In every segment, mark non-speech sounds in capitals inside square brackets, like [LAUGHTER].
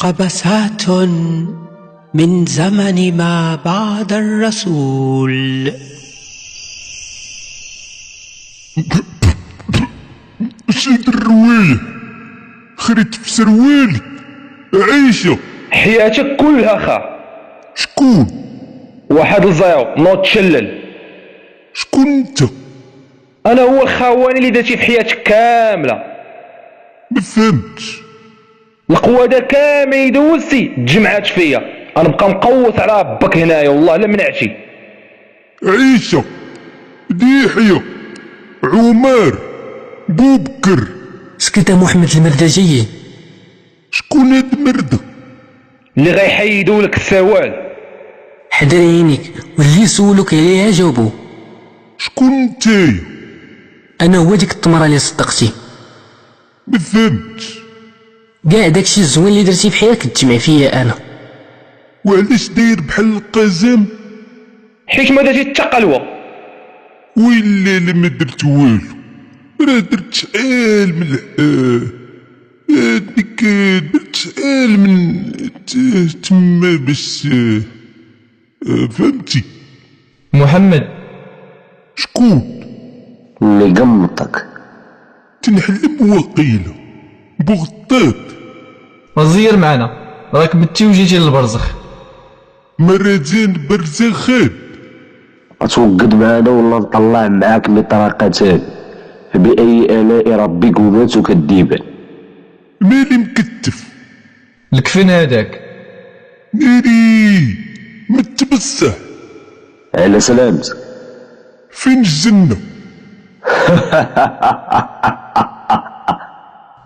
قبسات من زمن ما بعد الرسول شد الرواية خريت في سروالي عايشة حياتك كلها خا شكون واحد الزيرو نوض تشلل شكون انت انا هو الخواني اللي درتي في حياتك كامله ما فهمتش القوة دا كامل اللي دوزتي تجمعات فيا غنبقى مقوس على ربك هنايا والله لا منعتي عيشة ديحية عمر بوبكر سكت محمد المرداجي شكون هاد مردة اللي غيحيدوا لك السوال حضر عينيك واللي يسولك عليها جاوبو شكون نتايا انا هو ديك التمره اللي صدقتي ما فهمتش كاع داكشي الزوين اللي درتي في حياتك تجمع فيا انا وعلاش داير بحال القزام حيت ما درتي حتى قلوه ويلي اللي ما درت والو راه درت شحال من الحال آه، ديك آه، درت شحال من ت- تما باش آه، آه، فهمتي محمد شكون اللي قمطك تنحلم وقيله بغطات وزير معنا راك متي وجيتي للبرزخ مرتين برزخات أتوقد معنا ولا نطلع معاك مطرقتان بأي آلاء ربكما تكذبان مالي مكتف الكفن هذاك ناري متبسح على سلامتك [LAUGHS] فين الجنة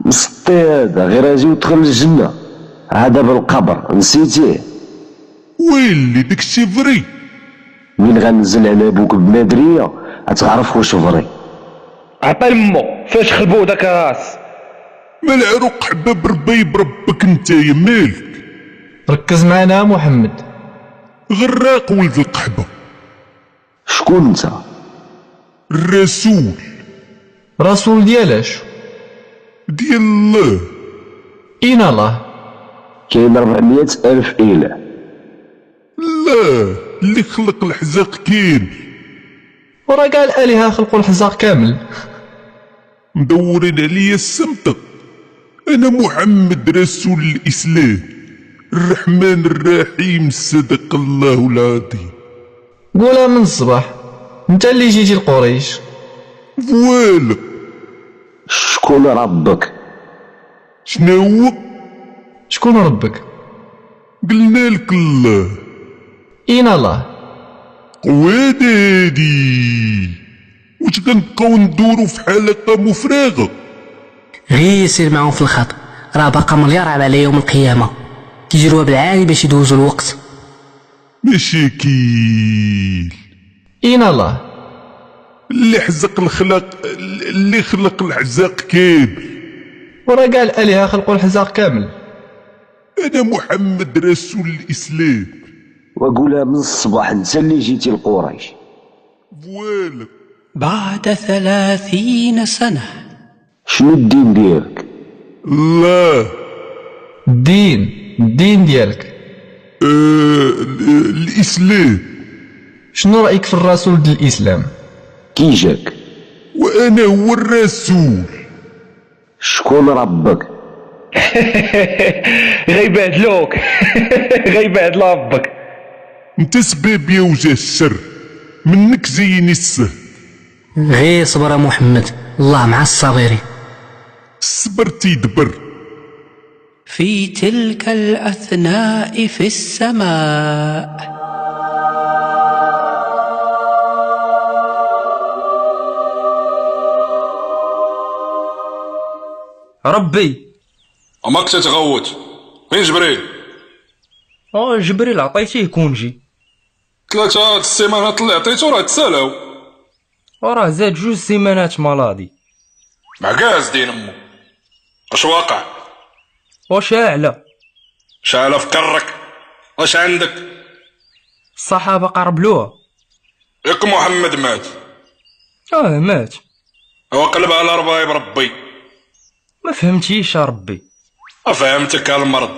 مسطي هذا غير اجي ودخل الجنة هذا بالقبر نسيتيه ويلي داكشي فري من غنزل على بوك بمدرية غتعرف واش فري عطي لمو فاش خلبو داك الراس ملعرق حباب ربي بربك نتايا مالك ركز معنا محمد غراق ولد القحبة شكون انت الرسول رسول ديالاش ديال الله اين الله كاين 400 الف اله الله اللي خلق الحزاق كامل ورا كاع الالهه خلقوا الحزاق كامل مدورين عليا السمطة أنا محمد رسول الإسلام الرحمن الرحيم صدق الله العظيم قولها من الصباح انت اللي جيتي لقريش فوالا شكون ربك شنو هو شكون ربك قلنا لك الله اين الله وادادي واش غنبقاو ندورو في حلقة مفرغة غير يسير معاهم في الخط راه باقا مليار على يوم القيامه كيجروها بالعالي باش يدوزوا الوقت مشاكيل اين الله اللي حزق الخلق اللي خلق العزاق كامل ورا كاع الالهه خلقوا الحزاق كامل انا محمد رسول الاسلام وقولها من الصباح انت اللي جيتي لقريش فوالا بعد ثلاثين سنة شنو الدين ديالك الله الدين الدين ديالك آه ال- الاسلام شنو رايك في الرسول ديال الاسلام كي جاك وانا هو الرسول شكون ربك غيبهدلوك غيبهدل ربك انت سباب يا وجه الشر منك جايني السهل غير صبر يا محمد الله مع الصابرين الصبر تيدبر في تلك الأثناء في السماء ربي أماك تتغوت فين جبريل اه جبريل عطيتيه كونجي ثلاثة هاد السيمانات اللي عطيتو راه تسالاو وراه زاد جوج سيمانات مالادي معكاز دين امو اش واقع وشاعلة شعلة في كرك اش عندك الصحابة قربلوها ياك محمد مات اه مات هو قلب على رباي بربي ما فهمتيش يا ربي افهمتك هالمرض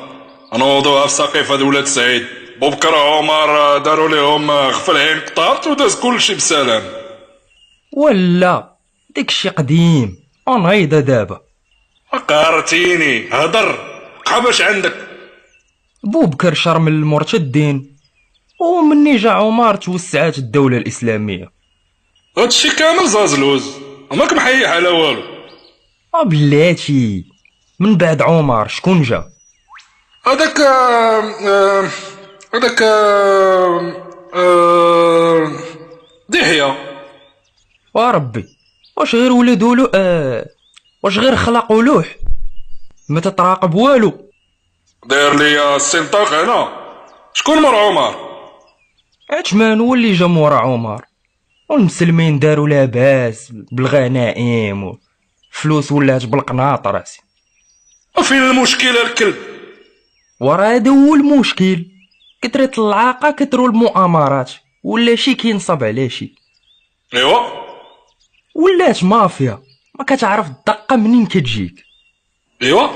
نوضوها في سقيفة دولة سعيد وبكرة عمر داروا لهم غفل عين قطارت وداز كلشي بسلام ولا داكشي قديم انهيضه دابا قارتيني هدر قاباش عندك بوبكر شرم المرتدين ومني جا عمر توسعات الدولة الإسلامية هادشي كامل زازلوز ماك محيح على والو آه بلاتي من بعد عمر شكون جا هذاك آه، آه، هذاك آه، آه، دحية وربي واش غير ولادو لو آه واش غير خلقوا لوح ما تتراقب والو داير لي السنطاق هنا شكون مر عمر عثمان هو اللي جا مورا عمر والمسلمين داروا لاباس بالغنائم فلوس ولات بالقناطرس فين المشكلة الكلب ورا هذا هو المشكل كثرة العاقة كثروا المؤامرات ولا شي كينصب على شي ايوا ولات مافيا ما كتعرف الدقة منين كتجيك ايوا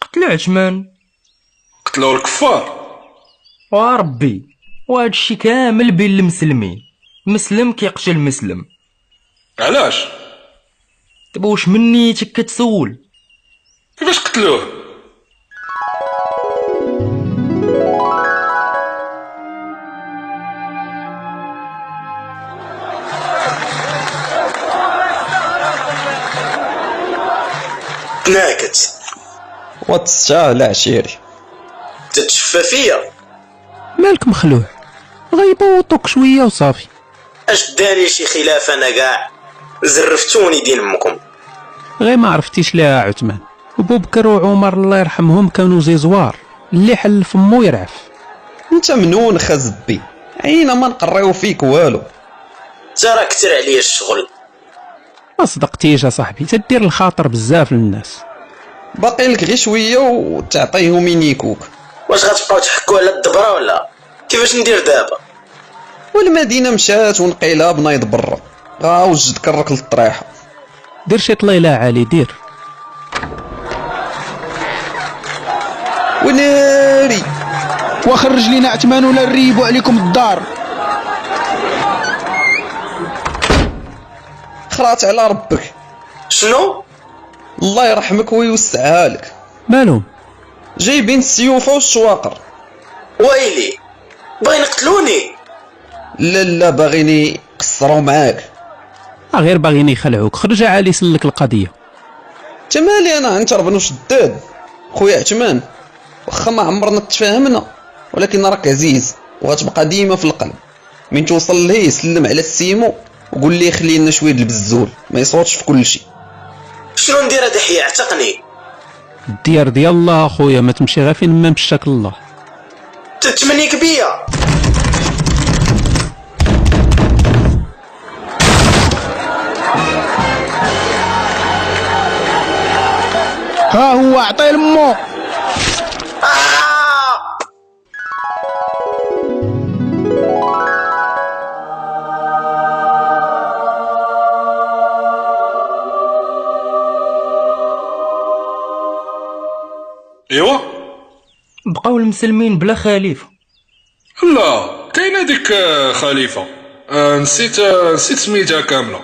قتلوا عثمان قتلوا الكفار وربي وهذا الشي كامل بين المسلمين مسلم كيقتل مسلم علاش دابا واش منيتك كتسول كيفاش قتلوه تناكت واتسع العشيري تتشفى فيا مالك مخلوع غيبوطوك شويه وصافي اش داري شي خلاف انا كاع زرفتوني دين امكم غير ما عرفتيش ليها عثمان وبوبكر وعمر الله يرحمهم كانوا زيزوار اللي حل فمو يرعف انت منون خزبي عينا ما نقريو فيك والو ترى كتر عليا الشغل ما صدقتيش يا صاحبي تدير الخاطر بزاف للناس باقي لك غير شويه وتعطيهم ينيكوك واش غتبقاو تحكوا على الدبره ولا كيفاش ندير دابا والمدينه مشات ونقيلها بنايض برا غا وجد كرك للطريحه دير شي طليله عالي دير وناري وخرج لينا عثمان ولا نريبو عليكم الدار خرات على ربك شنو الله يرحمك ويوسعها لك مالهم جايبين السيوفه والشواقر ويلي باغيين يقتلوني لا لا باغيني يقصروا معاك آه غير باغيين يخلعوك خرج عالي سلك القضيه انت مالي انا انت ربن وشداد خويا عثمان واخا ما عمرنا تفاهمنا ولكن راك عزيز وغتبقى ديما في القلب من توصل ليه سلم على السيمو وقول ليه خلي لنا شويه ديال البزول ما يصوتش في كل شيء شنو ندير هاد الحياة اعتقني الديار ديال الله اخويا ما تمشي غير فين ما مشاك الله تتمنيك بيا ها هو عطيه لمو آه! ايوا بقاو المسلمين بلا خليفه لا كاينه ديك آه، خليفه آه، نسيت آه، نسيت سميتها كامله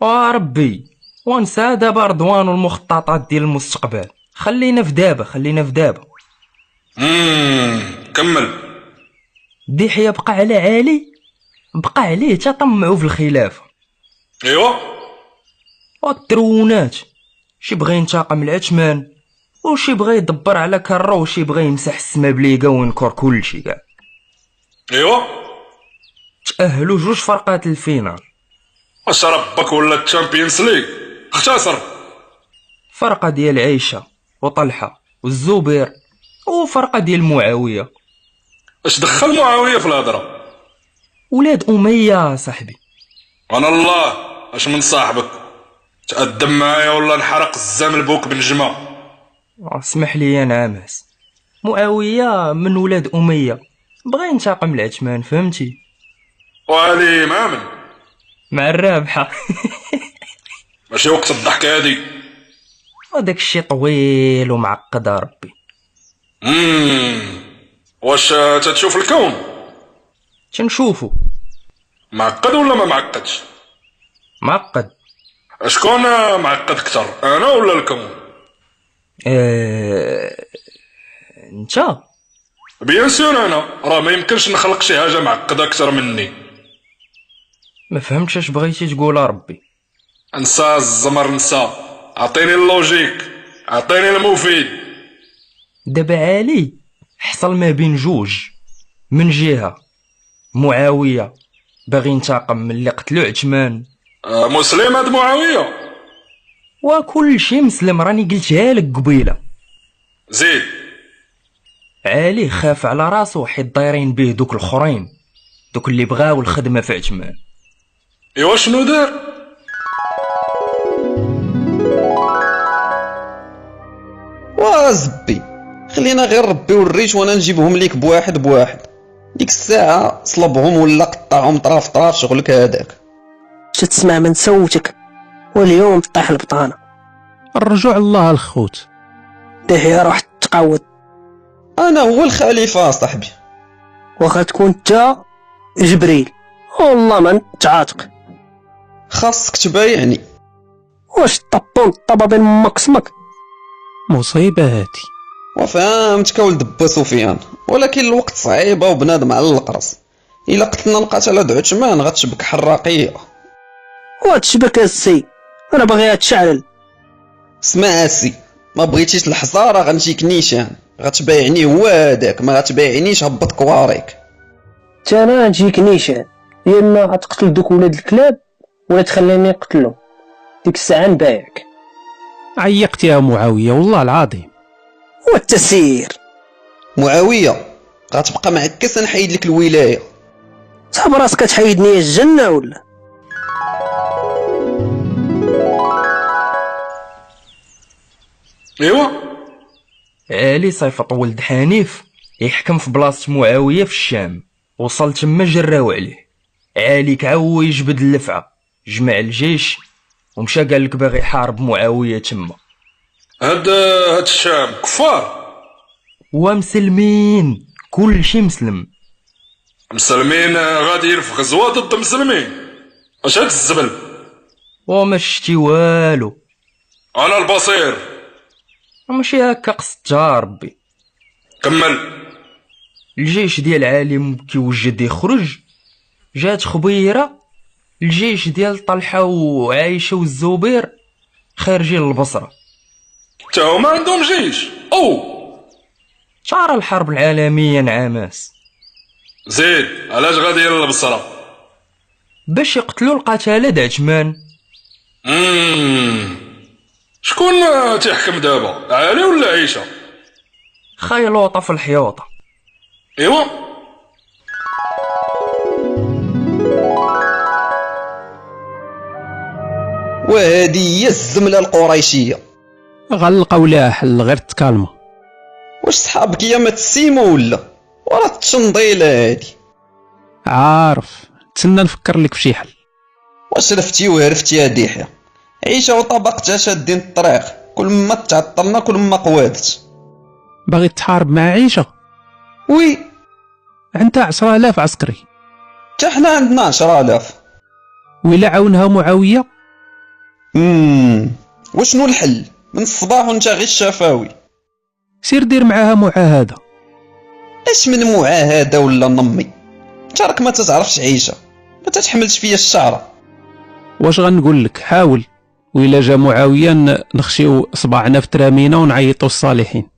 وربي ونسى آه دابا رضوان والمخططات ديال المستقبل خلينا في دابا خلينا في دابا امم كمل دحية بقى على عالي بقى عليه تطمعوا في الخلافة ايوا والترونات شي بغى ينتقم العثمان وشي بغى يدبر على كرة وشي بغى يمسح السما بليقة وينكر كلشي كاع ايوا تأهلوا جوج فرقات الفينال واش ربك ولا الشامبيونز ليغ اختصر فرقة ديال عيشة وطلحة والزبير وفرقة ديال معاوية اش دخل معاويه في الهضره ولاد أمية صاحبي انا الله اش من صاحبك تقدم معايا ولا نحرق الزام البوك بالجمع آه، اسمح لي يا نعماس معاوية من ولاد أمية بغى ينتقم العثمان فهمتي وعلي مامن مع الرابحة ماشي وقت الضحكه هادي وداك الشي طويل ومعقد يا ربي مم. واش آه، تتشوف الكون تنشوفو معقد ولا ما معقدش معقد شكون آه، معقد اكثر انا ولا الكون اه... انت بيان سور انا راه ما يمكنش نخلق شي حاجه معقده اكثر مني ما فهمتش اش بغيتي تقول ربي نسى الزمر نسى عطيني اللوجيك عطيني المفيد دابا علي حصل ما بين جوج من جهه معاويه باغي ينتقم من اللي قتلو عثمان آه، مسلم هاد معاويه وكل شي مسلم راني قلتها لك قبيله زيد علي خاف على راسو حيت دايرين بيه دوك الاخرين دوك اللي بغاو الخدمه في عثمان ايوا شنو دار وزبي خلينا غير ربي والريش وانا نجيبهم ليك بواحد بواحد ديك الساعة صلبهم ولا قطعهم طراف طراف شغلك هذاك تسمع من صوتك واليوم طيح البطانة الرجوع الله الخوت ديه روح تقود انا هو الخليفة صاحبي واخا تكون انت جبريل والله ما نتعاتق خاصك تبايعني واش طبون طبا بين امك سمك مصيبة هادي وفهمتك ولد با سفيان ولكن الوقت صعيبة وبنادم على القرص الا قتلنا القتلة د عثمان غتشبك حراقية وتشبك السي انا باغيها تشعل اسمع السي ما بغيتيش الحصارة غنجيك نيشان غتبايعني هو هذاك ما غتبايعنيش هبط كواريك حتى انا نجيك نيشان يا اما غتقتل دوك ولاد الكلاب ولا تخليني نقتلهم ديك الساعه نبايعك عيقت يا معاوية والله العظيم والتسير معاوية غتبقى معكس نحيد لك الولاية صاب راسك تحيدني الجنة ولا ايوا علي صيفط ولد حنيف يحكم في بلاصه معاويه في الشام وصل تما جراو عليه علي كعو يجبد اللفعه جمع الجيش ومشى قال لك باغي يحارب معاويه تما هاد هاد الشام كفار ومسلمين كل شي مسلم مسلمين آه، غادي يرفق غزوه ضد مسلمين اش هاد الزبل وما شتي والو انا البصير ماشي هكا قصدتها ربي كمل الجيش ديال عالم كيوجد يخرج جات خبيره الجيش ديال طلحه وعايشه والزبير خارجين للبصره تا هما عندهم جيش او شعر الحرب العالميه نعاماس زيد علاش غادي للبصره باش يقتلوا القتاله د عثمان مم. شكون آه، تيحكم دابا علي ولا عيشه خيلوطه في الحيوطه ايوا وهذه هي الزملة القريشية غنلقاو لها حل غير تكالما واش صحابك يا ما تسيمو ولا وراه التشنضيلة هادي عارف تسنى نفكر لك في شي حل واش رفتي وهرفتي يا ديحية عيشة وطبقتها شادين الطريق كل ما تعطلنا كل ما قوادت باغي تحارب مع عيشة وي عندها 10000 عسكري حتى حنا عندنا 10000 ولا عاونها معاوية امم وشنو الحل من الصباح وانت غير الشفاوي سير دير معاها معاهدة اش من معاهدة ولا نمي انت راك ما تتعرفش عيشة ما تتحملش فيا الشعرة واش غنقول لك حاول وإلا جا معاوية ن- نخشيو صباعنا في ترامينا ونعيطو الصالحين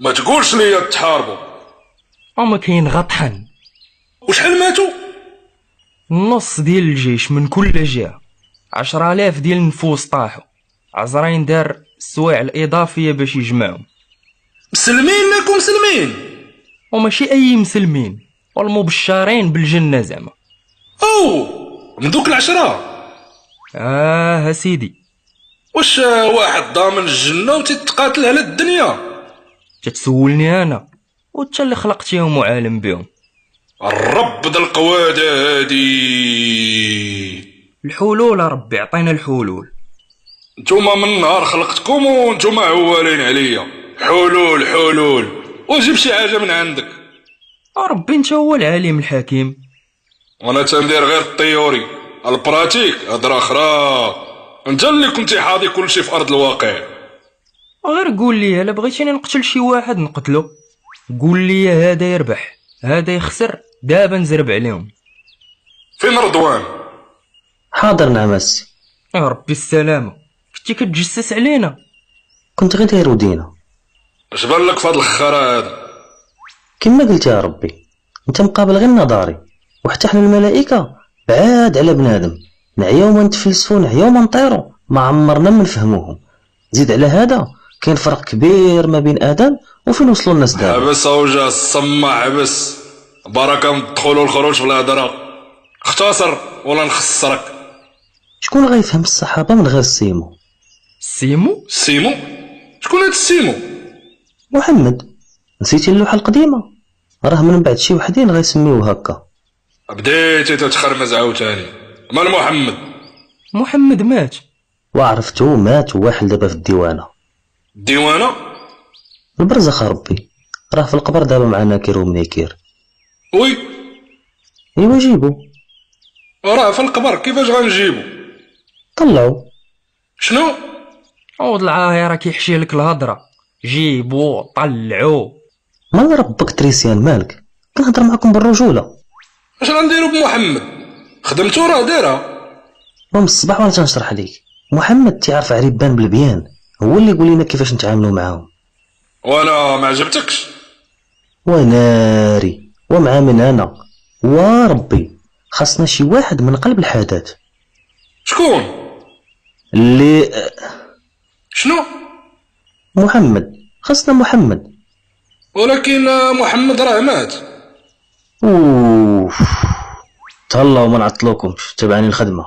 ما تقولش لي تحاربوا وما كاين غطحن وشحال ماتوا النص ديال الجيش من كل جهه عشرة آلاف ديال النفوس طاحوا عزرين دار السوايع الإضافية باش يجمعهم مسلمين لكم مسلمين وماشي أي مسلمين والمبشرين بالجنة زعما او من دوك العشرة آه سيدي واش آه، واحد ضامن الجنة وتتقاتل على الدنيا تتسولني أنا وانت اللي خلقتيهم وعالم بهم الرب ذا القوادة هادي الحلول ربي عطينا الحلول نتوما من نهار خلقتكم وانتوما عوالين عليا حلول حلول وجيب شي حاجه من عندك ربي انت هو العليم الحكيم وانا تندير غير الطيوري البراتيك هضره اخرى انت اللي كنتي حاضي كلشي في ارض الواقع غير قول لي الا بغيتيني نقتل شي واحد نقتلو قول لي هذا يربح هذا يخسر دابا نزرب عليهم فين رضوان حاضر نعم السي يا ربي السلامه كنتي كتجسس علينا كنت غير داير ودينا اش بان لك في هاد الخرا هذا كما قلت يا ربي انت مقابل غير نظري وحتى حنا الملائكه بعاد على بنادم نعيا وما نتفلسفو نعيا وما نطيرو ما عمرنا ما نفهموهم زيد على هذا كاين فرق كبير ما بين ادم وفين وصلوا الناس دابا حبس اوجه الصمة حبس بركه من الدخول والخروج في الهضره اختصر ولا نخسرك شكون غيفهم الصحابه من غير سيمو سيمو سيمو شكون هاد السيمو محمد نسيتي اللوحه القديمه راه من بعد شي وحدين غيسميوه هكا بديتي تتخرمز عاوتاني مال محمد محمد مات وعرفتو مات واحد دابا في الديوانه الديوانه البرزخ ربي راه في القبر دابا مع ناكير ومنيكير وي ايوا جيبو راه في القبر كيفاش غنجيبو طلعو شنو عوض العاهره كيحشي لك الهضره جيبو طلعو مال ربك تريسيان مالك كنهضر معكم بالرجوله اش غنديرو بمحمد خدمتو راه دايرها من الصباح وانا تنشرح ليك محمد تيعرف عريبان بالبيان هو اللي يقول لنا كيفاش نتعاملوا معاهم وانا ما عجبتكش وناري ومع من انا وربي خاصنا شي واحد من قلب الحدث شكون اللي شنو محمد خاصنا محمد ولكن آه، محمد راه مات اوف تهلاو وما نعطلوكمش تبعني الخدمه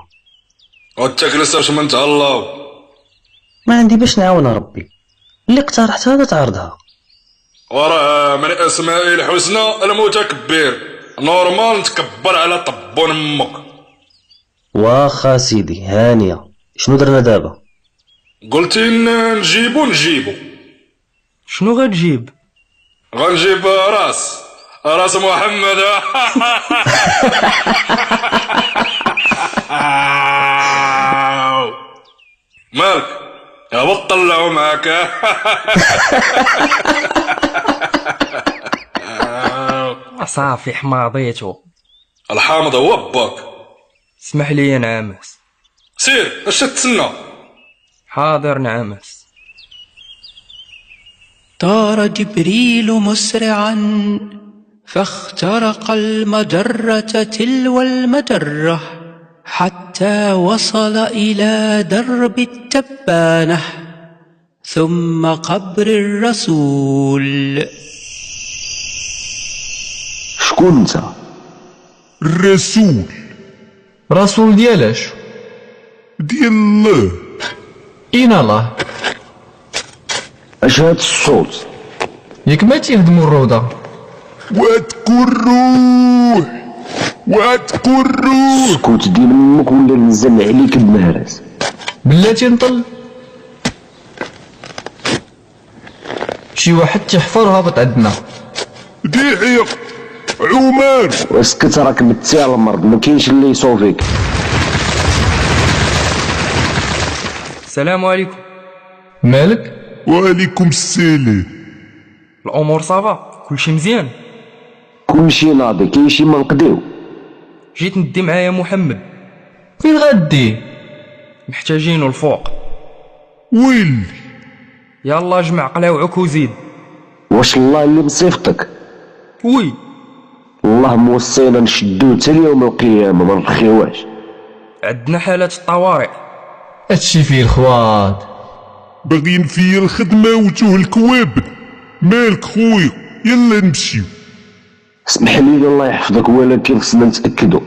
واتكلس اش من تهلاو ما عندي باش نعاون ربي اللي اقترحتها هذا تعرضها وراه من اسماء الحسنى المتكبر نورمال تكبر على طبون امك واخا سيدي هانيه شنو درنا دابا قلتي إن نجيبو نجيبو شنو غتجيب غنجيب راس راس محمد [LAUGHS] مالك يا طلعوا معاك صافي حماضيتو [LAUGHS] الحامض هو باك اسمح لي يا نعمس سير اش تتسنى حاضر نعمس طار جبريل مسرعا فاخترق المجرة تلو المجرة حتى وصل إلى درب التبانة ثم قبر الرسول شكون انت الرسول رسول ديال اش ديال الله اين الله اش هاد الصوت ياك ما تيهدموا الروضه واتكون روح واتكون روح سكوت ديال امك ولا نزل عليك المهرس بلاتي نطل شي واحد تيحفر هابط عندنا ديحية عمر واسكت راك متي على المرض ما كاينش اللي يصوفيك السلام عليكم مالك وعليكم السلام الامور صافا كلشي مزيان كلشي ناضي كاين شي ما نقديو جيت ندي معايا محمد فين غادي محتاجينو الفوق ويل يلا جمع قلاوعك وزيد واش الله اللي مصيفطك وي الله موصينا نشدو حتى ليوم القيامه ما نرخيوهاش عندنا حالات الطوارئ هادشي فيه الخوات باغيين فيا الخدمة وتوه الكوابل مالك خويا يلا نمشيو اسمح لي الله يحفظك ولكن خصنا نتاكدوا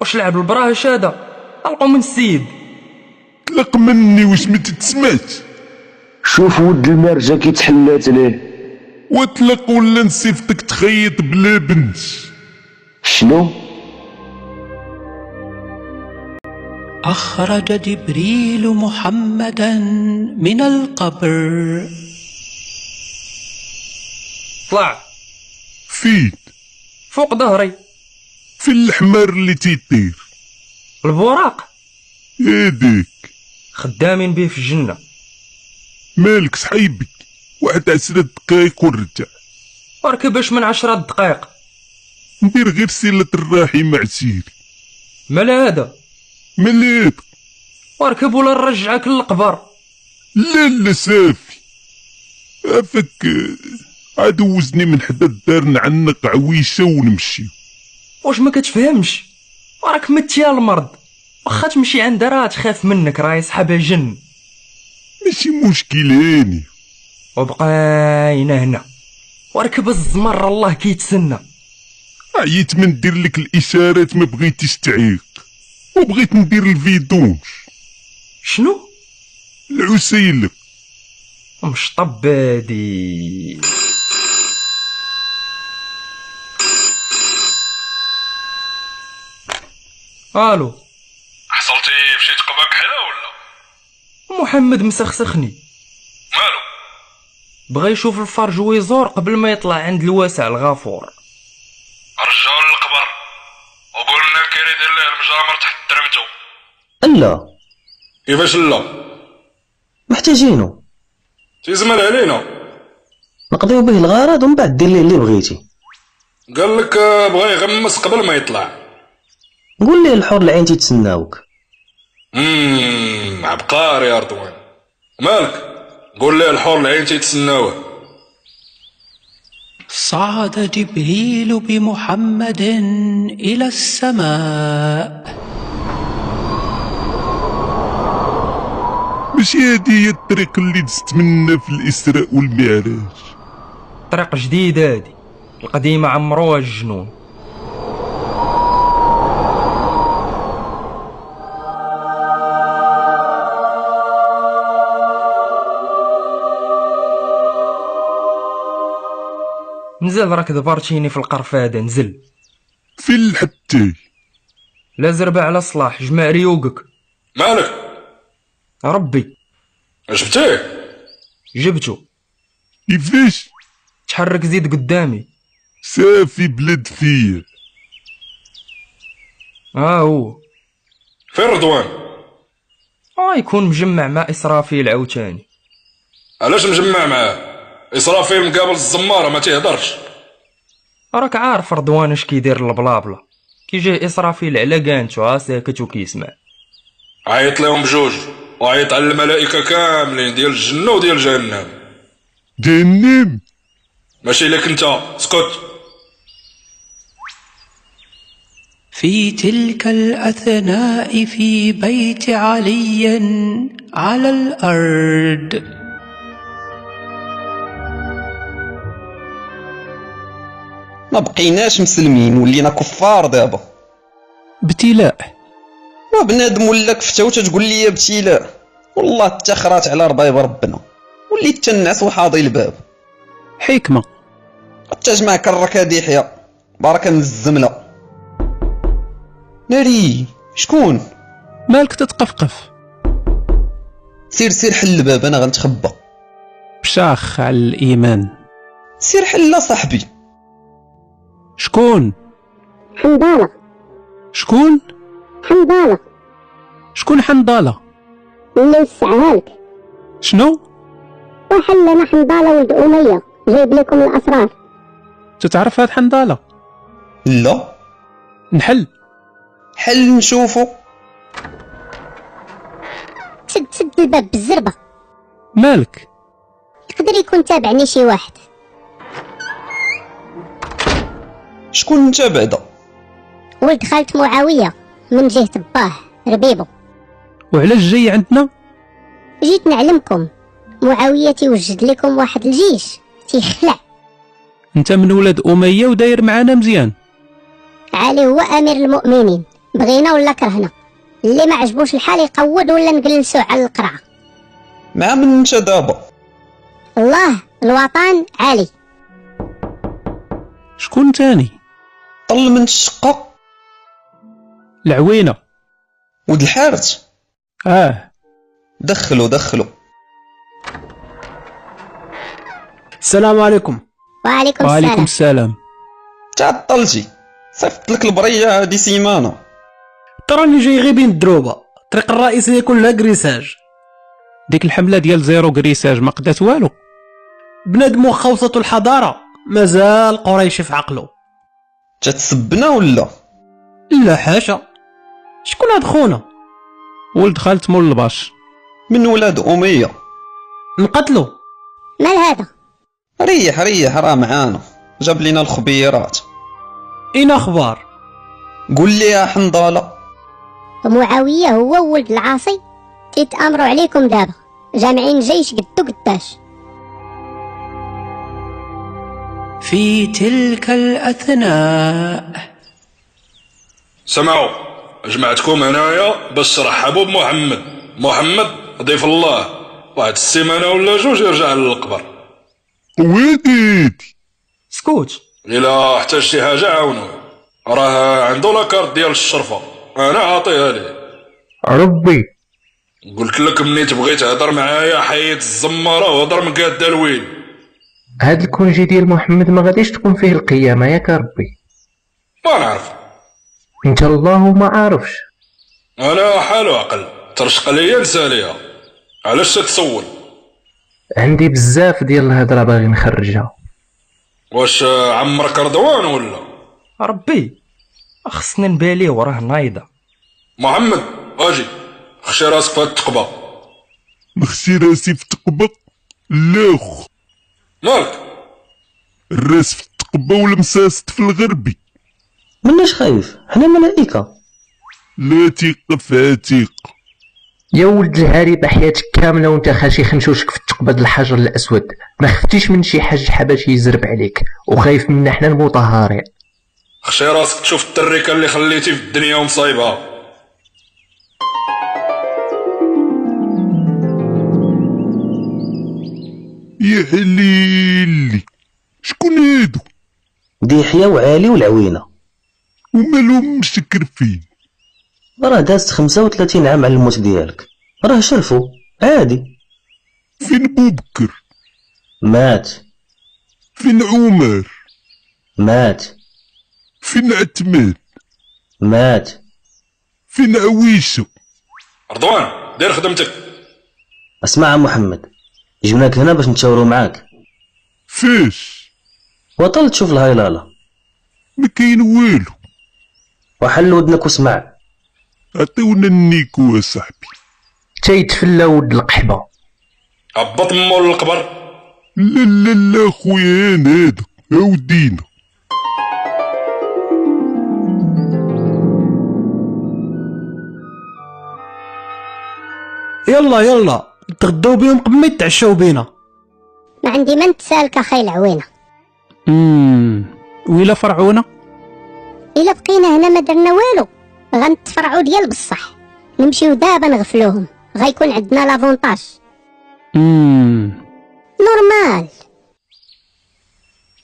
واش لعب البراهش هذا طلقوا من السيد طلق مني واش ما تتسمعش شوف ود المرجة كيتحلات ليه وطلق ولا نصيفطك تخيط بلا بنت شنو أخرج جبريل محمدا من القبر طلع فين فوق ظهري في الحمار اللي تيطير البراق هاديك خدامين به في الجنة مالك صحيبي واحد عشرة دقايق ونرجع اركبش من عشرة دقائق ندير غير سلة الرحم عسيري مال هذا مليت واركب ولا نرجعك للقبر لا لا صافي افك عاد وزني من حدا الدار نعنق عويشه ونمشي واش ما كتفهمش راك متيا المرض واخا تمشي عند راه تخاف منك راه يصحابها جن ماشي مشكل هاني وبقينا هنا واركب الزمر الله كيتسنى عييت من ندير لك الاشارات ما بغيتيش تعيق وبغيت ندير الفيدونج شنو العسيلة مشطب بادي الو حصلتي في شي تقبه كحله ولا محمد مسخسخني مالو بغى يشوف الفرج ويزور قبل ما يطلع عند الواسع الغفور رجعوا للقبر وقلنا كيري يدير ليه المجامر تحت ترمتو لا كيفاش لا محتاجينو تيزمل علينا نقضيو به الغرض ومن بعد دير ليه اللي بغيتي قال لك آه، بغا يغمس قبل ما يطلع قول ليه الحور العين تيتسناوك امم عبقري يا رضوان مالك قول ليه الحور العين تيتسناوه صعد جبريل بمحمد إلى السماء ماشي هادي هي الطريق اللي دزت منها في الاسراء والمعراج طريق جديد هادي القديمة عمروها الجنون نزل راك دبرتيني في القرفادة نزل في الحتي لا زربة على صلاح جمع ريوقك مالك ربي شفتيه جبتو كيفاش تحرك زيد قدامي صافي بلاد فيا ها آه، هو فين رضوان اه يكون مجمع مع اسرافيل عاوتاني علاش مجمع معاه اسرافيل مقابل الزماره ما تيهضرش راك عارف رضوان اش كيدير البلابلا كيجيه اسرافيل على كانتو ها ساكت وكيسمع عيط لهم بجوج وعيط على الملائكه كاملين ديال الجنه وديال جهنم جنم ماشي لك انت اسكت في تلك الأثناء في بيت علي على الأرض ما بقيناش مسلمين ولينا كفار دابا ابتلاء وبنادم ولا كفته وتتقول لي ابتلاء والله اتخرات على ربايب ربنا وليت تنعس وحاضي الباب حكمه تجمع كرك هادي حيا بركه من الزمله ناري شكون مالك تتقفقف سير سير حل الباب انا غنتخبى بشاخ على الايمان سير حل صاحبي شكون حنظله شكون حنظله شكون حنظله اللي يسعها لك شنو وحل لنا حنظله ولد اميه جايب لكم الاسرار تتعرف هاد حنظله لا نحل حل نشوفو شد شد الباب بالزربه مالك يقدر يكون تابعني شي واحد شكون انت بعدا ولد خالت معاويه من جهه باه ربيبو وعلاش جاي عندنا جيت نعلمكم معاويه تيوجد لكم واحد الجيش تيخلع انت من ولاد اميه وداير معانا مزيان علي هو امير المؤمنين بغينا ولا كرهنا اللي ما عجبوش الحال يقود ولا نجلسو على القرعه مع من انت دابا الله الوطن علي شكون تاني طل من الشقه العوينه ولد الحارث آه. اه دخلوا دخلوا السلام عليكم وعليكم وعليكم السلام السلام تعطلتي صيفط لك البريه هادي سيمانه تراني جاي غير بين الدروبه الطريق الرئيسيه كلها كريساج ديك الحمله ديال زيرو كريساج ما قدات والو بنادم واخا وسط الحضاره مازال قريشي في عقله تتسبنا ولا لا حاشا شكون هاد خونا ولد خالة مول الباش من ولاد اميه نقتلو مال هذا ريح ريح راه معانا جاب لنا الخبيرات اين اخبار قول لي يا حنظله معاويه هو ولد العاصي تيتامروا عليكم دابا جامعين جيش قدو قداش في تلك الأثناء سمعوا جمعتكم هنايا باش ترحبوا بمحمد محمد ضيف الله واحد السيمانه ولا جوج يرجع للقبر ويديتي سكوت الا احتاج شي حاجه عاونوه راه عنده لاكارت ديال الشرفه انا عاطيها ليه ربي قلت لك مني تبغي تهضر معايا حيد الزماره وهضر من قاد الويل هاد الكونجي ديال محمد ما غاديش تكون فيه القيامه ياك ربي ما نعرف انت الله ما عارفش انا حال وعقل ترشق ليا نساليها علاش تتسول عندي بزاف ديال الهضره باغي نخرجها واش آه، عمرك رضوان ولا ربي خصني نباليه وراه نايضه محمد اجي خشي راسك في هاد التقبه مخشي راسي في تقبة لاخ مالك الراس في التقبة والمساست في الغربي مناش خايف حنا ملائكة لا تيق فاتيق يا ولد الهريبة حياتك كاملة وانت خاشي خنشوشك في التقبة ديال الحجر الأسود ما خفتيش من شي حاج حباش يزرب عليك وخايف منا حنا المطهرين خشي راسك تشوف التريكه اللي خليتي في الدنيا ومصايبها يا حليلي شكون هادو ديحية وعالي والعوينة ومالهم مسكر فيه راه دازت 35 عام على الموت ديالك راه شرفو عادي فين بوبكر مات فين عمر مات فين عتمان مات فين عويشة رضوان دير خدمتك اسمع يا محمد جبناك هنا باش نتشاوروا معاك فاش وطل تشوف الهيلالة ما كاين والو وحل ودنك واسمع عطيونا النيكو يا صاحبي تيتفلى ود القحبة هبط من مول القبر لا لا لا خويا انا هذا عاودينا يلا يلا تغداو بيهم قبل ما يتعشاو بينا ما عندي ما نتسالك اخي العوينه امم ويلا فرعونه الا بقينا هنا ما درنا والو غنتفرعوا ديال بصح نمشيو دابا نغفلوهم غيكون عندنا لافونتاج امم نورمال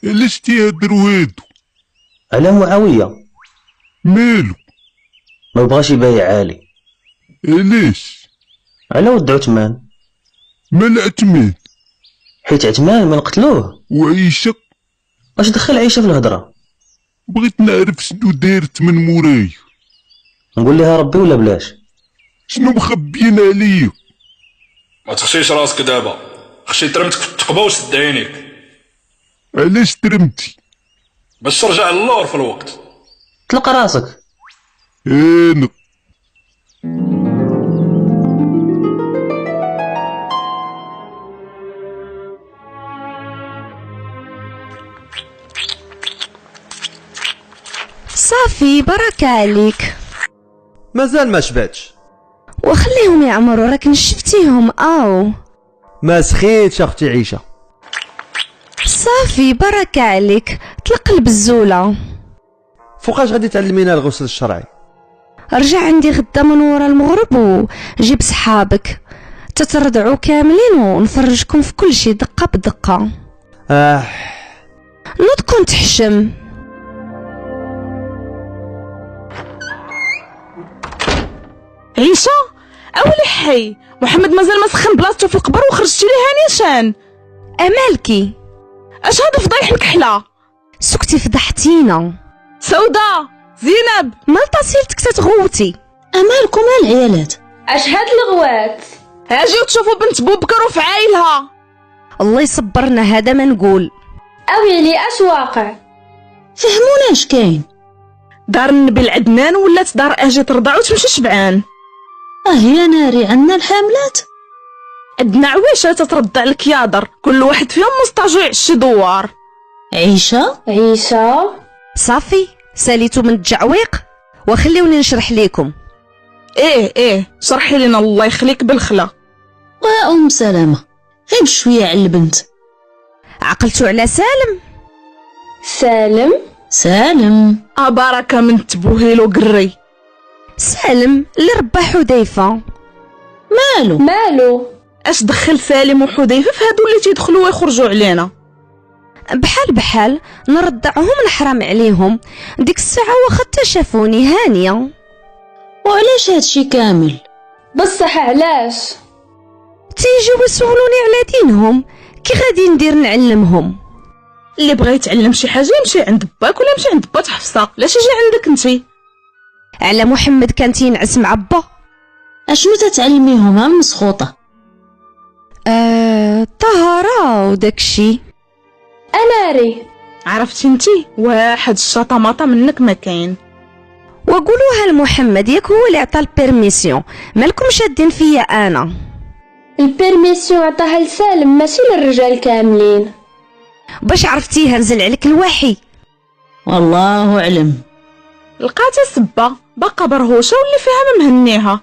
علاش تيهدروا هادو على معاوية مالو ما بغاش يبايع عالي علاش على ود عثمان مال عثمان حيت عثمان من قتلوه وعيشة اش دخل عيشة في الهضرة بغيت نعرف شنو دارت من موراي نقول لها ربي ولا بلاش شنو مخبيين عليا ما تخشيش راسك دابا خشي ترمتك في التقبه وسد عينيك علاش ترمتي باش ترجع للور في الوقت طلق راسك انا صافي بركة عليك مازال ما شبعتش وخليهم يعمروا راك نشفتيهم او ما سخيتش اختي عيشه صافي بركة عليك طلق البزولة فوقاش غادي تعلمينا الغسل الشرعي رجع عندي غدا من ورا المغرب وجيب صحابك تترضعوا كاملين ونفرجكم في كل شي دقة بدقة اه نوض تحشم عيشة أولي حي محمد مازال ما سخن بلاصتو في القبر وخرجتي ليها نيشان أمالكي أش هذا فضيح الكحلة سكتي فضحتينا سودا زينب مالطا سيرتك تتغوتي أمالكم العيالات أش هاد الغوات اجيو تشوفوا بنت بوبكر وفي عايلها الله يصبرنا هذا ما نقول اويلي اش واقع فهمونا اش كاين دار النبي العدنان ولات دار اجي ترضع وتمشي شبعان اه يا ناري عندنا الحاملات عندنا عويشه تترضع الكيادر كل واحد فيهم مستاجو يعشي دوار عيشه عيشه صافي ساليتو من التجعويق وخليوني نشرح ليكم ايه ايه شرحي لنا الله يخليك بالخلا وام سلامه غير بشويه على البنت عقلتو على سالم سالم سالم اه بركه من تبوهيلو قري سالم اللي ربى حذيفه مالو مالو اش دخل سالم وحذيفه في هادو اللي تيدخلوا ويخرجوا علينا بحال بحال نرضعهم نحرم عليهم ديك الساعه واخا شافوني هانيه وعلاش هادشي كامل بصح علاش تيجيو يسولوني على دينهم كي غادي ندير نعلمهم اللي بغى يتعلم شي حاجه يمشي عند باك ولا يمشي عند بات حفصه لاش يجي عندك انت على محمد كان تينعس مع با اشنو تتعلميهم من سخوطه آه، الطهاره وداكشي اناري عرفتي انت واحد الشطماطه منك ما كاين وقولوها لمحمد ياك هو اللي عطى البيرميسيون مالكم شادين فيا انا البيرميسيون عطاها لسالم ماشي للرجال كاملين باش عرفتيها نزل عليك الوحي والله اعلم لقاتها سبة باقا برهوشة واللي فيها ما مهنيها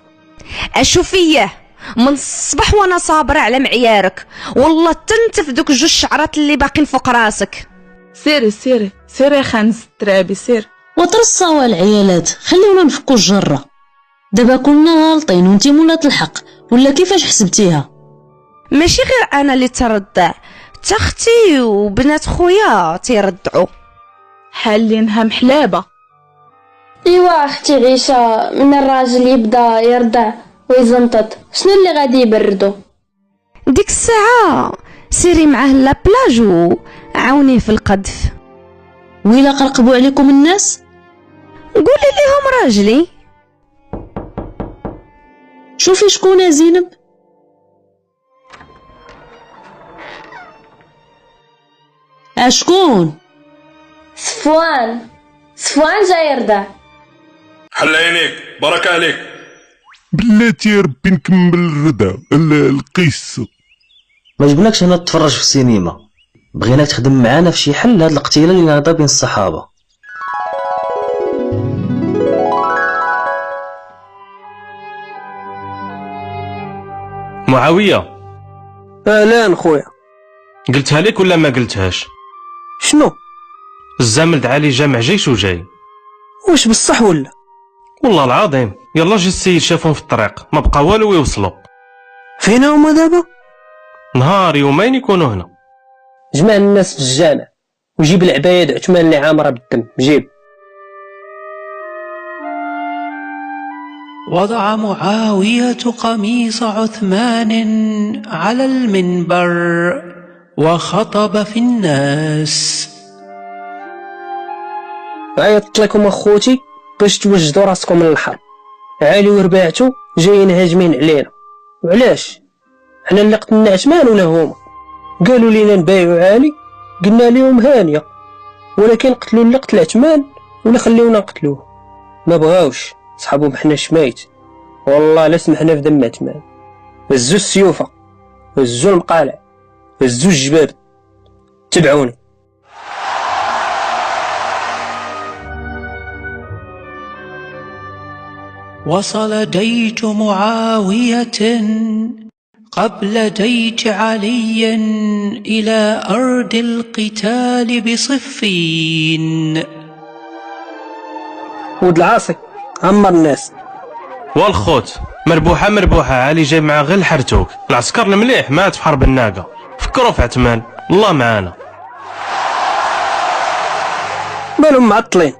اشوفيه من الصبح وانا صابرة على معيارك والله تنتف دوك جوج شعرات اللي باقين فوق راسك سيري سيري سيري يا خانز الترابي سير وترصاو العيالات خليونا نفكوا الجرة دابا كلنا غالطين وانتي مولات الحق ولا كيفاش حسبتيها ماشي غير انا اللي ترضع تختي وبنات خويا تيرضعوا حالينها محلابه ايوا اختي عيشه من الراجل يبدا يرضع ويزنطط شنو اللي غادي يبردو ديك الساعه سيري معاه لابلاج وعاونيه في القذف ويلا قرقبوا عليكم الناس قولي ليهم راجلي شوفي شكون زينب اشكون صفوان صفوان جاي يرضع حل عينيك بركه عليك بلاتي يا ربي نكمل الردى ال- القصه ما جبناكش هنا تتفرج في السينما بغيناك تخدم معانا في شي حل هاد القتيله اللي ناضه بين الصحابه معاويه الان خويا قلتها لك ولا ما قلتهاش شنو الزامل دعالي جامع جيش وجاي واش بصح ولا والله العظيم يلا جي السيد شافهم في الطريق ما بقى والو يوصلوا فين هما دابا نهار يومين يكونوا هنا جمع الناس في الجامع وجيب العبايد عثمان اللي عامره بالدم جيب وضع معاوية قميص عثمان على المنبر وخطب في الناس عيطت لكم اخوتي باش توجدوا راسكم من الحرب علي ورباعته جايين هاجمين علينا وعلاش حنا اللي قتلنا عثمان ولا هما قالوا لينا نبايعوا عالي قلنا لهم هانيه ولكن قتلوا اللي قتل عثمان ولا خليونا نقتلوه ما بغاوش صحابهم حنا شمايت والله لا سمحنا في دم عثمان هزوا السيوفه هزوا المقالع هزوا الجباب تبعوني وصل جيش معاوية قبل جيش علي إلى أرض القتال بصفين ود العاصي عمر الناس والخوت مربوحه مربوحه علي جاي مع غير الحرتوك العسكر المليح مات في حرب الناقه فكروا في عثمان الله معانا مالهم معطلين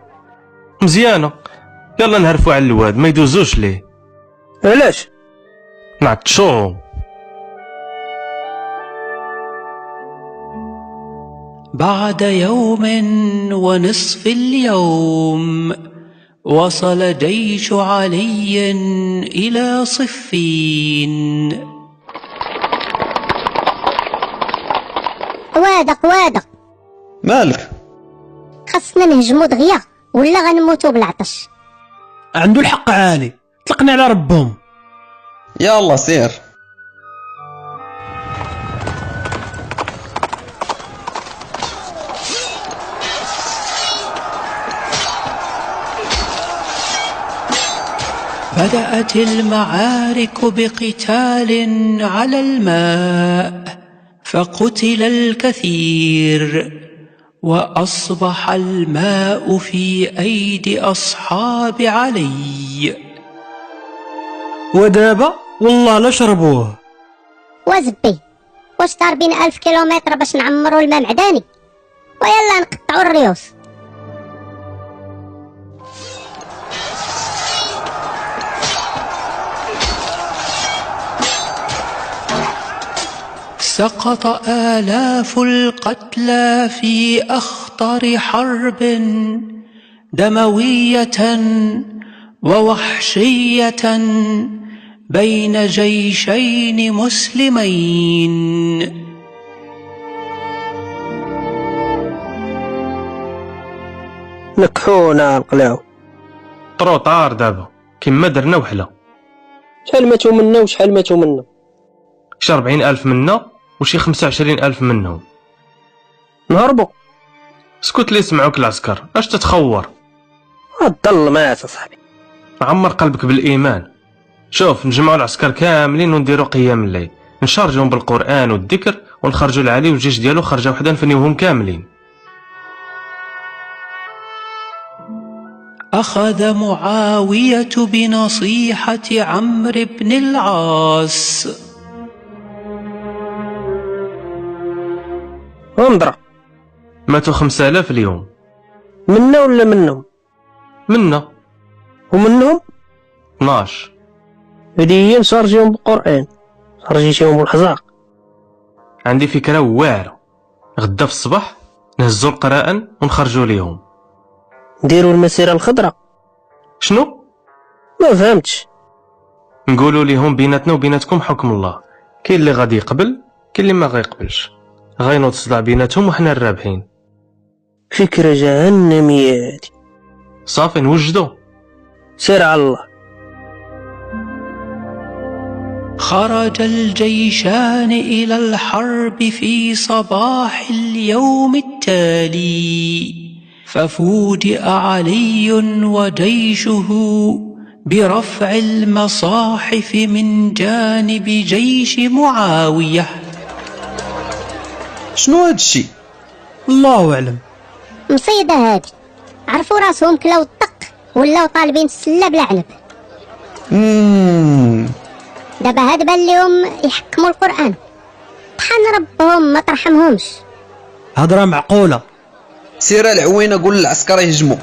مزيانه يلا نهرفوا على الواد ما يدوزوش ليه علاش نعطشو بعد يوم ونصف اليوم وصل جيش علي إلى صفين قوادة قوادة مالك خاصنا نهجمو دغيا ولا غنموتو بالعطش عنده الحق عالي طلقنا على ربهم يلا سير بدأت المعارك بقتال على الماء فقتل الكثير وأصبح الماء في أيدي أصحاب علي ودابا والله لا شربوه وزبي واش ضاربين ألف كيلومتر باش نعمرو الماء معدني ويلا نقطعو الريوس سقط آلاف القتلى في أخطر حرب دموية ووحشية بين جيشين مسلمين نكحونا نقلاو طروطار دابا كما درنا وحله شحال ماتوا منا وشحال ماتوا منا شي 40 ألف منا وشي 25 ألف منهم نهربوا سكت لي سمعوك العسكر اش تتخور الظلمات اصاحبي عمر قلبك بالإيمان شوف نجمعوا العسكر كاملين ونديروا قيام الليل نشارجهم بالقرآن والذكر ونخرجوا العلي والجيش ديالو خرجه وحده نفنيوهم كاملين أخذ معاوية بنصيحة عمرو بن العاص انظر ماتوا 5000 اليوم منا ولا منهم منا ومنهم 12 هذه هي نشارجيهم بالقران شارجيتيهم بالحزاق عندي فكرة واعرة غدا في الصباح نهزو القراءن ونخرجوا ليهم نديروا المسيره الخضراء شنو ما فهمتش نقولوا ليهم بيناتنا وبيناتكم حكم الله كاين اللي غادي يقبل كاين اللي ما غيقبلش غينوض الصداع بيناتهم وحنا الرابحين فكره جهنميه هذه صافي نوجدو سير على الله خرج الجيشان إلى الحرب في صباح اليوم التالي ففوجئ علي وجيشه برفع المصاحف من جانب جيش معاوية شنو هادشي الله أعلم مصيدة هادي عرفوا راسهم كلاو الطق ولاو طالبين السلة بلا عنب دابا هاد بان ليهم يحكموا القرآن طحن ربهم ما ترحمهمش هضره معقوله سير العوينه قول للعسكر يهجموا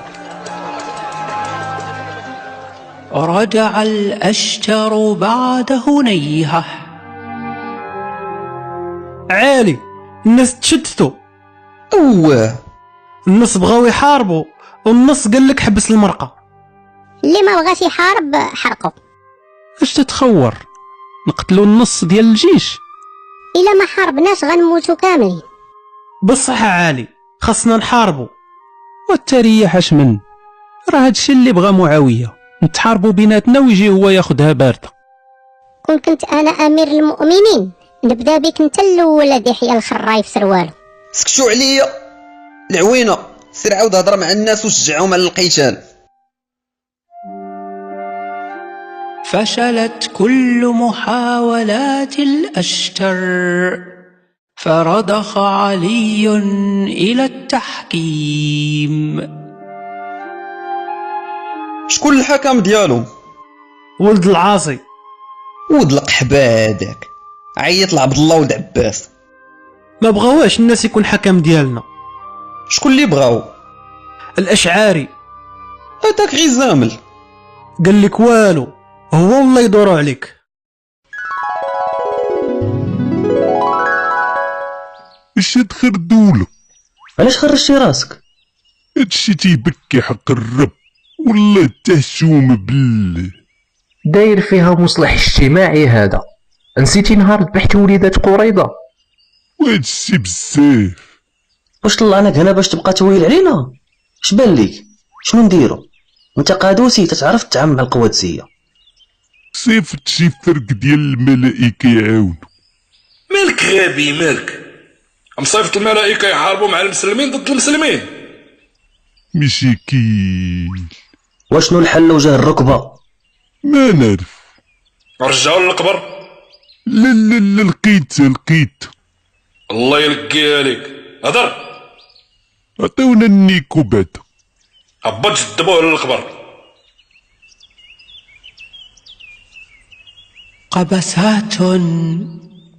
رجع الأشتر بعد هنيهة عالي الناس تشتتوا اوه النص بغاو يحاربوا والنص قال لك حبس المرقه اللي ما بغاش يحارب حرقو اش تتخور نقتلوا النص ديال الجيش الا ما حاربناش غنموتوا كاملين بصح عالي خاصنا نحاربوا والتريح اش من راه هادشي اللي بغا معاويه نتحاربوا بيناتنا ويجي هو ياخدها بارده كون كنت انا امير المؤمنين نبدا بك انت الاول هادي حيا الخراي في سروالو سكتوا عليا العوينه سير عاود هضر مع الناس وشجعهم على القتال فشلت كل محاولات الأشتر فرضخ علي إلى التحكيم شكون الحكم ديالهم ولد العاصي ولد القحبه هذاك عيط لعبد الله ولد عباس ما بغاوهاش الناس يكون حكم ديالنا شكون اللي بغاو الاشعاري هذاك غير زامل قال لك والو هو والله يدور عليك اش هاد خردولة علاش خرجتي راسك هادشي تيبكي حق الرب والله التهشوم بالله داير فيها مصلح اجتماعي هذا نسيتي نهار ذبحت وليدات قريضه وهادشي بزاف واش طلعناك هنا باش تبقى تويل علينا اش بان ليك شنو نديرو انت قادوسي تتعرف تتعامل مع القوادسيه صيفط شي فرق ديال الملائكة يعاون مالك غبي مالك مصيفط الملائكة يحاربوا مع المسلمين ضد المسلمين ماشي كي واشنو الحل وجه الركبه ما نعرف رجعوا للقبر لا لا لا لقيت لقيت الله يلقيها لك هضر عطيونا النيكو بعد هبط جدبوه للقبر قبسات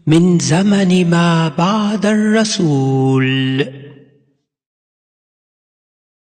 من زمن ما بعد الرسول